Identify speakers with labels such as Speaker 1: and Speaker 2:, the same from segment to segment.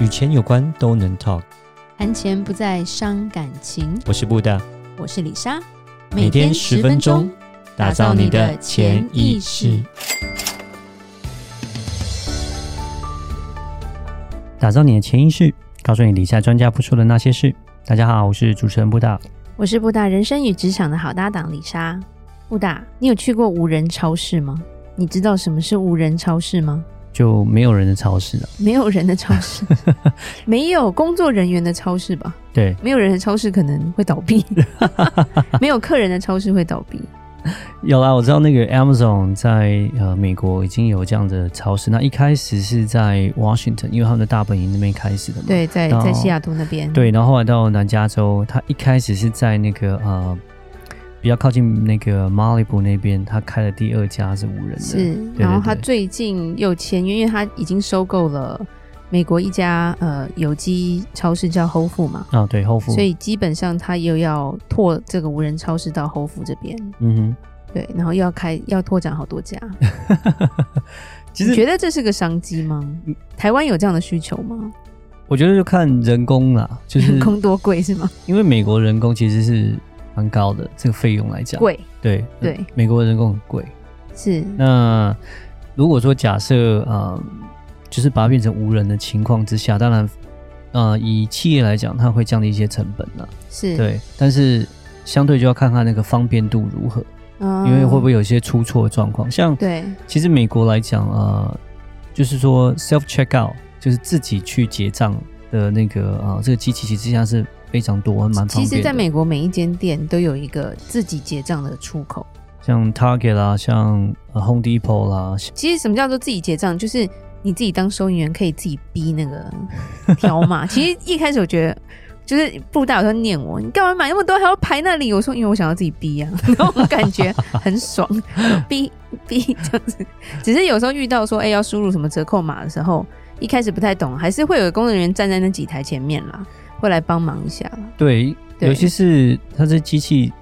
Speaker 1: 与钱有关都能 talk。
Speaker 2: 谈钱不再伤感情。
Speaker 1: 我是布大，
Speaker 2: 我是李莎，
Speaker 1: 每天十分钟，打造你的潜意识。，打造你的潜意识，告诉你理财专家不说的那些事。大家好，我是主持人布大。
Speaker 2: 我是布大人生与职场的好搭档李莎。布大，你有去过无人超市吗？你知道什么是无人超市吗？
Speaker 1: 就没有人的超市了，
Speaker 2: 没有人的超 市，没有工作人员的超市吧？
Speaker 1: 对，
Speaker 2: 没有人的超市可能会倒 闭，没有客人的超市会倒闭。
Speaker 1: 有啦，我知道那个 Amazon 在呃美国已经有这样的超市，那一开始是在 Washington，因为他们的大本营那边开始的嘛。
Speaker 2: 对，在
Speaker 1: 哦
Speaker 2: 在西雅图那边，
Speaker 1: 对，然后后来到南加州，他一开始是在那个呃比较靠近那个马里布那边，他开了第二家是无人的，
Speaker 2: 是。
Speaker 1: 对
Speaker 2: 然后他
Speaker 1: 对
Speaker 2: 最近有签约，因为他已经收购了美国一家呃有机超市叫 Whole Food 嘛，
Speaker 1: 啊对后付，
Speaker 2: 所以基本上他又要拓这个无人超市到 Whole Food 这边，
Speaker 1: 嗯
Speaker 2: 对，然后又要开要拓展好多家。
Speaker 1: 哼，其
Speaker 2: 你
Speaker 1: 实
Speaker 2: 觉得这是个商机吗？台湾有这样的需求吗？
Speaker 1: 我觉得就看人工啦，就是
Speaker 2: 人工多贵是吗？
Speaker 1: 因为美国人工其实是蛮高的，这个费用来讲，
Speaker 2: 贵
Speaker 1: 对
Speaker 2: 对
Speaker 1: 嗯美国人工很贵。
Speaker 2: 是
Speaker 1: 那如果说假设呃，就是把它变成无人的情况之下，当然呃，以企业来讲，它会降低一些成本啦。
Speaker 2: 是，
Speaker 1: 对，但是相对就要看看那个方便度如何，
Speaker 2: 嗯
Speaker 1: 因为会不会有一些出错的状况。像
Speaker 2: 对
Speaker 1: 其实美国来讲，呃，就是说 self check out，就是自己去结账的那个呃，这个机器其实现在是非常多，蛮方便的。
Speaker 2: 其实，在美国每一间店都有一个自己结账的出口。
Speaker 1: 像 Target 啦，像、呃 Home Depot 啦，像
Speaker 2: 其实什么叫做自己结账？就是你自己当收银员可以自己逼那 个条码。其实一开始我觉得。就是布大有时候念我，你干嘛买那么多还要排那里？我说因为我想要自己逼啊， 然后我感觉 很爽，逼逼这样子。只是有时候遇到说，哎、要输入什么折扣码的时候，一开始不太懂，还是会有工作人员站在那几台前面啦，会来帮忙一下啦。
Speaker 1: 对，
Speaker 2: 对
Speaker 1: 尤其是它这机器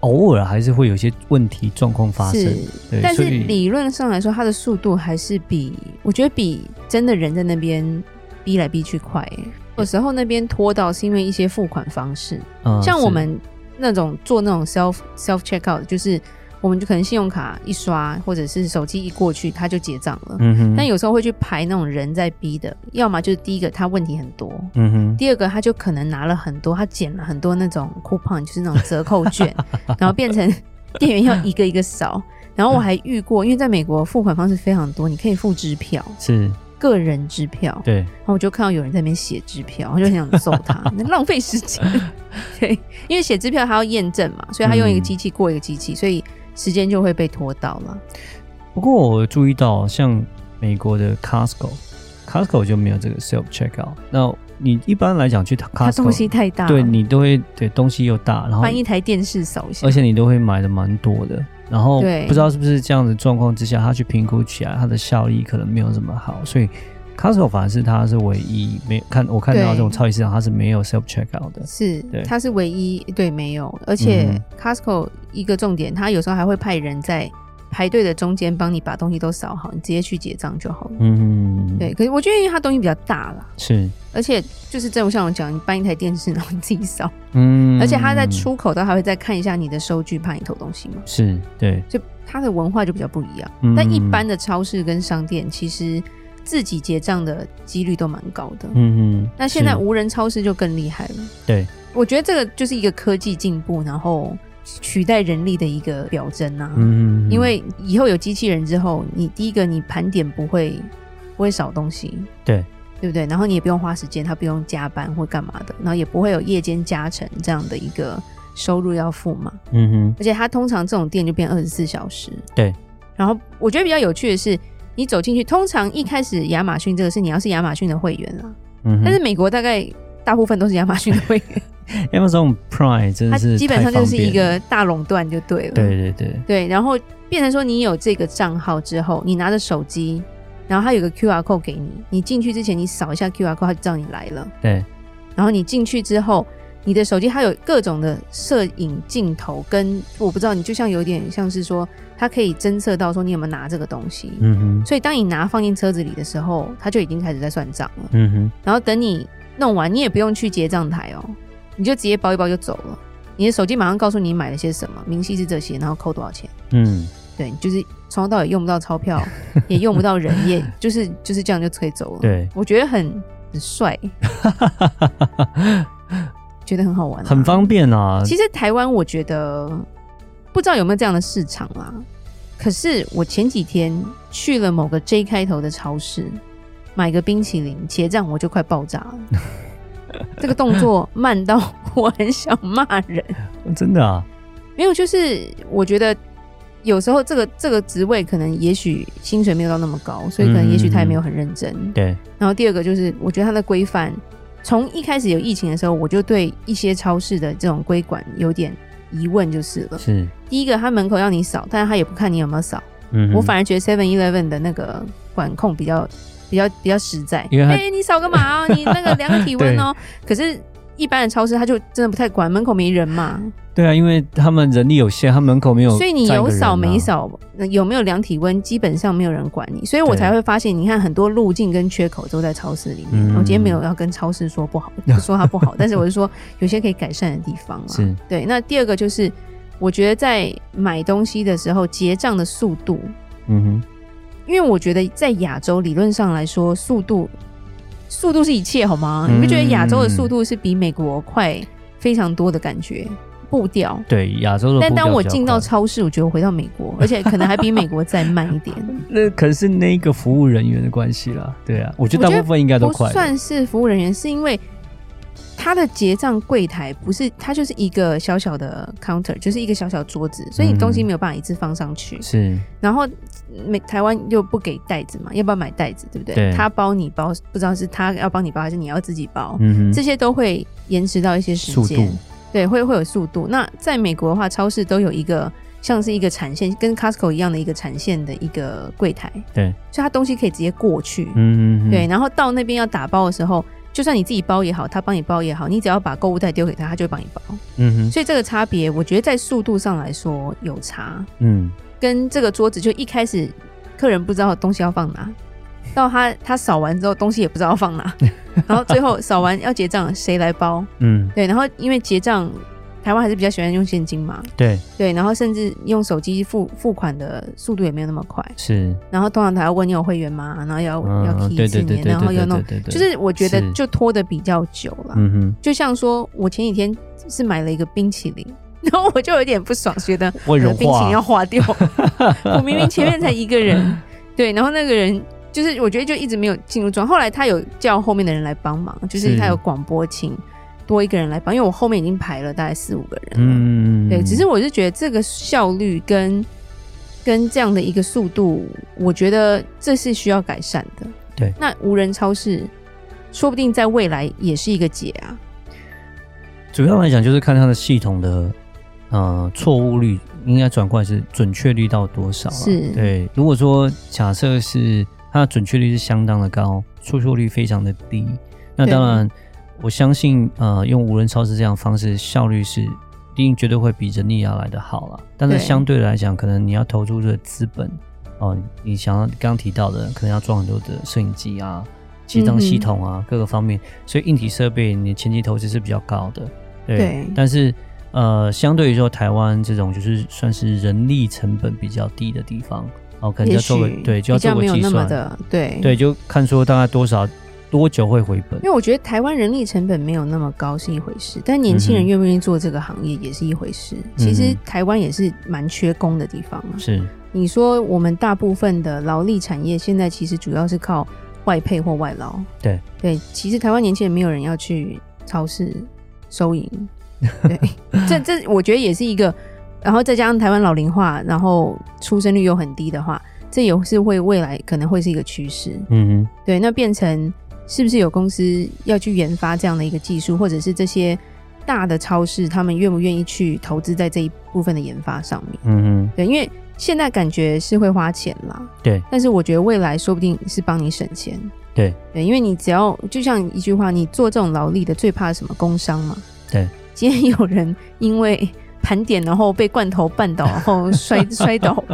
Speaker 1: 偶尔还是会有一些问题状况发生。
Speaker 2: 是，
Speaker 1: 对，
Speaker 2: 但是
Speaker 1: 所以
Speaker 2: 理论上来说，它的速度还是比我觉得比真的人在那边逼来逼去快欸、有时候那边拖到是因为一些付款方式，
Speaker 1: 呃
Speaker 2: 像
Speaker 1: 是
Speaker 2: 我们那种做那种 self self check out，就是我们就可能信用卡一刷，或者是手机一过去，它就结账了。
Speaker 1: 嗯哼，
Speaker 2: 但有时候会去排那种人在逼的，要么就是第一个他问题很多，
Speaker 1: 嗯哼，
Speaker 2: 第二个，他就可能拿了很多，他捡了很多那种 coupon，就是那种折扣 券，然后变成店员要一个一个扫。然后我还遇过，因为在美国付款方式非常多，你可以付支票，
Speaker 1: 是
Speaker 2: 个人支票。
Speaker 1: 对，
Speaker 2: 然后我就看到有人在那边写支票，我就很想揍他，那浪费时 间。对，因为写支票还要验证嘛，所以他用一个机器过一个机器，所以时间就会被拖到了。
Speaker 1: 不过我注意到，像美国的 Costco，Costco 就没有这个 self checkout。那你一般来讲去
Speaker 2: 他东
Speaker 1: Costco，
Speaker 2: 西太大了，
Speaker 1: 对你都会对东西又大，然后
Speaker 2: 搬一台电视扫一下
Speaker 1: 而。且你都会买的蛮多的。然后
Speaker 2: 对
Speaker 1: 不知道是不是这样的状况之下，他去评估起来，它的效益可能没有这么好，所以 Costco 反而是它是唯一没看我看到
Speaker 2: 对
Speaker 1: 这种超级市场它是没有 self checkout 的。
Speaker 2: 是
Speaker 1: 对，
Speaker 2: 它是唯一对没有，而且
Speaker 1: 嗯
Speaker 2: Costco 一个重点，它有时候还会派人在排队的中间帮你把东西都扫好，你直接去结账就好了。
Speaker 1: 嗯，
Speaker 2: 对，，可是我觉得因为它东西比较大啦，
Speaker 1: 是，
Speaker 2: 而且就是正如像我讲，你搬一台电视然后你自己扫，
Speaker 1: 嗯
Speaker 2: 而且它在出口都还会再看一下你的收据，怕你偷东西嘛，
Speaker 1: 是对，
Speaker 2: 就它的文化就比较不一样。
Speaker 1: 嗯
Speaker 2: 但一般的超市跟商店其实自己结账的几率都蛮高的。
Speaker 1: 嗯嗯，
Speaker 2: 那现在
Speaker 1: 是
Speaker 2: 无人超市就更厉害了。
Speaker 1: 对，
Speaker 2: 我觉得这个就是一个科技进步，然后取代人力的一个表征啊。
Speaker 1: 嗯嗯嗯
Speaker 2: 因为以后有机器人之后，你第一个你盘点不会不会少东西，
Speaker 1: 对
Speaker 2: 对不对？然后你也不用花时间，他不用加班或干嘛的，然后也不会有夜间加成这样的一个收入要付嘛。
Speaker 1: 嗯哼
Speaker 2: 而且它通常这种店就变二十四小时。
Speaker 1: 对。
Speaker 2: 然后我觉得比较有趣的是，你走进去，通常一开始亚马逊这个是你要是亚马逊的会员啊啦，
Speaker 1: 嗯哼，
Speaker 2: 但是美国大概大部分都是亚马逊的会 员。
Speaker 1: Amazon Prime 真
Speaker 2: 它
Speaker 1: 的是
Speaker 2: 基本上就是一
Speaker 1: 太方便了
Speaker 2: 个大垄断就对了。
Speaker 1: 对对对，
Speaker 2: 对然后变成说你有这个账号之后，你拿着手机，然后它有个 QR code 给你，你进去之前你扫一下 QR code，它就知道你来了。
Speaker 1: 对，
Speaker 2: 然后你进去之后，你的手机它有各种的摄影镜头，跟我不知道，你就像有点像是说，它可以侦测到说你有没有拿这个东西。
Speaker 1: 嗯哼，
Speaker 2: 所以当你拿放进车子里的时候，它就已经开始在算账了。
Speaker 1: 嗯哼，
Speaker 2: 然后等你弄完，你也不用去结账台哦，你就直接包一包就走了。你的手机马上告诉你买了些什么，明细是这些，然后扣多少钱。
Speaker 1: 嗯，
Speaker 2: 对，就是从头到尾用不到钞票，也用不到人，也就是就是这样就可以走了。，
Speaker 1: 对，
Speaker 2: 我觉得很很帅，觉得很好玩、
Speaker 1: 很。方便啊。
Speaker 2: 其实台湾我觉得不知道有没有这样的市场啦、可是我前几天去了某个 J 开头的超市，买个冰淇淋，结账我就快爆炸了。这个动作慢到我很想骂人。
Speaker 1: 真的啊，
Speaker 2: 没有，就是我觉得有时候这个这个职位可能也许薪水没有到那么高，所以可能也许他也没有很认真。
Speaker 1: 对，
Speaker 2: 然后第二个就是，我觉得它的规范，从一开始有疫情的时候，我就对一些超市的这种规管有点疑问，就是了。
Speaker 1: 是，
Speaker 2: 第一个，他门口让你扫，但是他也不看你有没有扫。
Speaker 1: 嗯哼，
Speaker 2: 我反而觉得 Seven Eleven 的那个管控比较比较比较实在。
Speaker 1: 因为它
Speaker 2: 哎、你扫个码啊？你那个量个体 温哦。可是，一般的超市他就真的不太管，门口没人嘛。
Speaker 1: 对啊，因为他们人力有限，他们门口没有、
Speaker 2: 所以你
Speaker 1: 啊
Speaker 2: 有扫没？扫，那有没有量体温，基本上没有人管你，所以我
Speaker 1: 对
Speaker 2: 才会发现，你看很多路径跟缺口都在超市里面。
Speaker 1: 嗯
Speaker 2: 我今天没有要跟超市 说不好，不说它不好，但是我是说有些可以改善的地方嘛。
Speaker 1: 是，
Speaker 2: 对，那第二个就是，我觉得在买东西的时候结账的速度，
Speaker 1: 嗯
Speaker 2: 因为我觉得在亚洲理论上来说，速度速度是一切，好吗？
Speaker 1: 嗯
Speaker 2: 你不觉得亚洲的速度是比美国快非常多的感觉？步调
Speaker 1: 哼，。对，亚洲的。
Speaker 2: 但当我进到，超市，我觉得我回到美 国，而且可能还比美国再慢一点，
Speaker 1: 那可能是那个服务人员的关系啦。对啊，我觉
Speaker 2: 我
Speaker 1: 得
Speaker 2: 觉
Speaker 1: 大
Speaker 2: 得
Speaker 1: 部分应该都
Speaker 2: 不
Speaker 1: 快。
Speaker 2: 算是服务人员，是因为他的结账柜台不是，它就是一个小小的 counter，就是一个小小桌子，所以你东西
Speaker 1: 嗯
Speaker 2: 没有办法一次放上去。
Speaker 1: 是，
Speaker 2: 然后美台湾又不给袋子嘛，要不要买袋子，对不对？
Speaker 1: 对
Speaker 2: 他包你包，不知道是他要帮你包还是你要自己包，
Speaker 1: 嗯
Speaker 2: 这
Speaker 1: 哼，
Speaker 2: 些都会延迟到一些时
Speaker 1: 速
Speaker 2: 间
Speaker 1: 度。，
Speaker 2: 对，会会有速度。那在美国的话，超市都有一个像是一个产线，跟 Costco 一样的一个产线的一个柜台，
Speaker 1: 对，
Speaker 2: 所以它东西可以直接过去。
Speaker 1: 嗯哼，
Speaker 2: 对，，然后到那边要打包的时候，就算你自己包也好，他帮你包也好，你只要把购物袋丢给他，他就会帮你包。
Speaker 1: 嗯哼，
Speaker 2: 所以这个差别，我觉得在速度上来说有差，
Speaker 1: 嗯，
Speaker 2: 跟这个桌子就一开始客人不知道东西要放哪。到他他扫完之后，东西也不知道要放哪， 然后最后扫完要结账，谁来包？
Speaker 1: 嗯，
Speaker 2: 对，然后因为结账，台湾还是比较喜欢用现金嘛，
Speaker 1: 对，
Speaker 2: 对，然后甚至用手机付付款的速度也没有那么快，
Speaker 1: 是，
Speaker 2: 然后通常他要问你有会员吗，然后要、要
Speaker 1: 嗯，
Speaker 2: key
Speaker 1: 对
Speaker 2: 字
Speaker 1: 对对，
Speaker 2: 年
Speaker 1: 对
Speaker 2: 然后
Speaker 1: 对
Speaker 2: 又弄
Speaker 1: 对，对对，
Speaker 2: 就是我觉得
Speaker 1: 是
Speaker 2: 就拖的比较久了。
Speaker 1: 嗯哼。
Speaker 2: 就像说我前几天是买了一个冰淇淋， 然后我就有点不爽，觉得
Speaker 1: 温
Speaker 2: 我
Speaker 1: 柔
Speaker 2: 的呃冰淇淋
Speaker 1: 化
Speaker 2: 要化掉， 我明明前面才一个人，对，然后那个人。就是我觉得就一直没有进入状，后来他有叫后面的人来帮忙，就是
Speaker 1: 是
Speaker 2: 他有广播请多一个人来帮，因为我后面已经排了大概四五个人了，
Speaker 1: 嗯，
Speaker 2: 对，只是我是觉得这个效率跟跟这样的一个速度，我觉得这是需要改善的。
Speaker 1: 对，
Speaker 2: 那无人超市说不定在未来也是一个解啊。
Speaker 1: 主要来讲就是看它的系统的呃错误率，应该转过来是准确率到多少、啊？
Speaker 2: 是
Speaker 1: 对。如果说假设是它的准确率是相当的高，出错率非常的低，那
Speaker 2: 对
Speaker 1: 当然我相信呃用无人超市这样的方式效率是。一定绝对会比人力要来的好啦。但是
Speaker 2: 对
Speaker 1: 相对来讲，可能你要投入的资本哦，你想要刚刚提到的，可能要装很多的摄影机啊、结
Speaker 2: 嗯
Speaker 1: 账系统啊、各个方面，所以硬体设备你前期投资是比较高的，对。
Speaker 2: 对
Speaker 1: 但是呃，相对于说台湾这种就是算是人力成本比较低的地方，哦，可能就
Speaker 2: 也
Speaker 1: 要做个
Speaker 2: 许
Speaker 1: 对，就要
Speaker 2: 比
Speaker 1: 做
Speaker 2: 较
Speaker 1: 个
Speaker 2: 没有
Speaker 1: 计
Speaker 2: 那
Speaker 1: 算，
Speaker 2: 么的对，
Speaker 1: 对，就看说大概多少多久会回本
Speaker 2: 因，为我觉得台湾人力成本没有那么高是一回事，但年轻
Speaker 1: 嗯
Speaker 2: 人
Speaker 1: 哼
Speaker 2: 愿不愿意做这个行业也是一回事。其
Speaker 1: 嗯
Speaker 2: 实
Speaker 1: 哼
Speaker 2: 台湾也是蛮缺工的地方啊。
Speaker 1: 是，
Speaker 2: 你说我们大部分的劳力产业现在其实主要是靠外配或外劳。
Speaker 1: 对
Speaker 2: 对，其实台湾年轻人没有人要去超市收 银。对，这这我觉得也是一个，然后再加上台湾老龄化，然后出生率又很低的话，这也是会未来可能会是一个趋势。
Speaker 1: 嗯哼，
Speaker 2: 对，那变成是不是有公司要去研发这样的一个技术，或者是这些大的超市他们愿不愿意去投资在这一部分的研发上面？
Speaker 1: 嗯
Speaker 2: 对，因为现在感觉是会花钱啦，
Speaker 1: 对，
Speaker 2: 但是我觉得未来说不定是帮你省钱，
Speaker 1: 对
Speaker 2: 对，因为你只要就像一句话，你做这种劳力的最怕什么工伤嘛，
Speaker 1: 哼，对，
Speaker 2: 今天有人因为盘点，然后被罐头绊倒，然后 摔摔倒，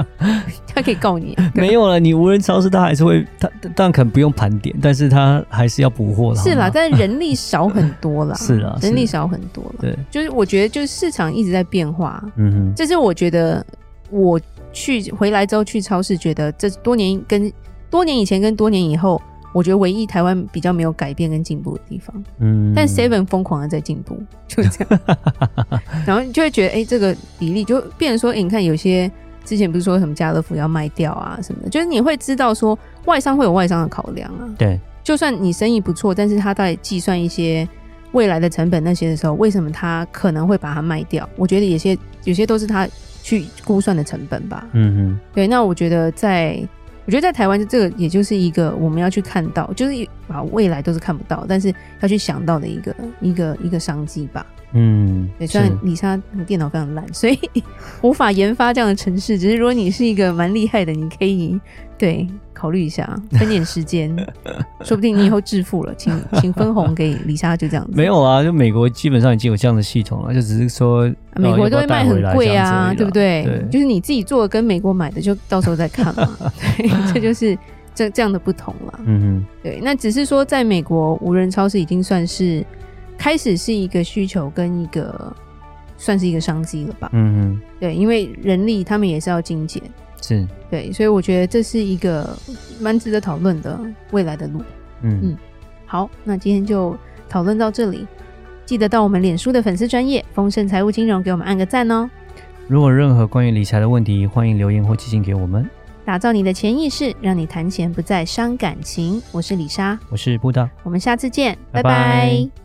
Speaker 2: 他可以告你、啊。
Speaker 1: 没有了，你无人超市它还是会，它但可能不用盘点，但是它还是要补货的。
Speaker 2: 是
Speaker 1: 好，
Speaker 2: 啦
Speaker 1: 吗
Speaker 2: 但人力少很多啦，
Speaker 1: 是啦，
Speaker 2: 人力
Speaker 1: 是
Speaker 2: 少很多啦。
Speaker 1: 对，
Speaker 2: 就是我觉得，就是市场一直在变化，
Speaker 1: 嗯哼，
Speaker 2: 这是我觉得我去回来之后去超市，觉得这多年跟多年以前跟多年以后，我觉得唯一台湾比较没有改变跟进步的地方。
Speaker 1: 嗯，
Speaker 2: 但 Seven 疯狂的在进步，就这 样，然后你就会觉得，哎、这个比例就变成说，哎、你看有些之前不是说什么家乐福要卖掉啊什么的，就是你会知道说外商会有外商的考量啊。
Speaker 1: 对，
Speaker 2: 就算你生意不错，但是他在计算一些未来的成本那些的时候，为什么他可能会把它卖掉？我觉得有些有些都是他去估算的成本吧。
Speaker 1: 嗯
Speaker 2: 对，那我觉得在，我觉得在台湾这个也就是一个我们要去看到，就是啊未来都是看不到，但是要去想到的一个一个一个商机吧。
Speaker 1: 哼，嗯，
Speaker 2: 对，虽
Speaker 1: 是
Speaker 2: 然李莎电脑非常烂，所以 无法研发这样的城市，只是如果你是一个蛮厉害的，你可以对考虑一下，分点时间，说不定你以后致富了，请请分红给李莎，就这样子。
Speaker 1: 没有啊，就美国基本上已经有这样的系统了，就只是说
Speaker 2: 啊美
Speaker 1: 哦
Speaker 2: 国都会卖很贵啊，对不？对？
Speaker 1: 对
Speaker 2: 就是你自己做跟美国买的，就到时候再看嘛。 对，这就是这这样的不同啦。
Speaker 1: 呃要不要带回来这样之类的嗯
Speaker 2: 对，那只是说在美国无人超市已经算是开始是一个需求跟一个算是一个商机了吧
Speaker 1: 哼，？嗯
Speaker 2: 对，因为人力他们也是要精简，
Speaker 1: 哼，是，
Speaker 2: 对，所以我觉得这是一个蛮值得讨论的未来的路。
Speaker 1: 嗯
Speaker 2: 嗯好，那今天就讨论到这里，记得到我们脸书的粉丝专业丰盛财务金融给我们按个赞哦。
Speaker 1: 如果有任何关于理财的问题，欢迎留言或寄信给我们。
Speaker 2: 打造你的潜意识，让你谈钱不再伤感情。我是李莎，
Speaker 1: 我是布达。
Speaker 2: 我们下次见，
Speaker 1: 拜
Speaker 2: 拜
Speaker 1: 拜
Speaker 2: 拜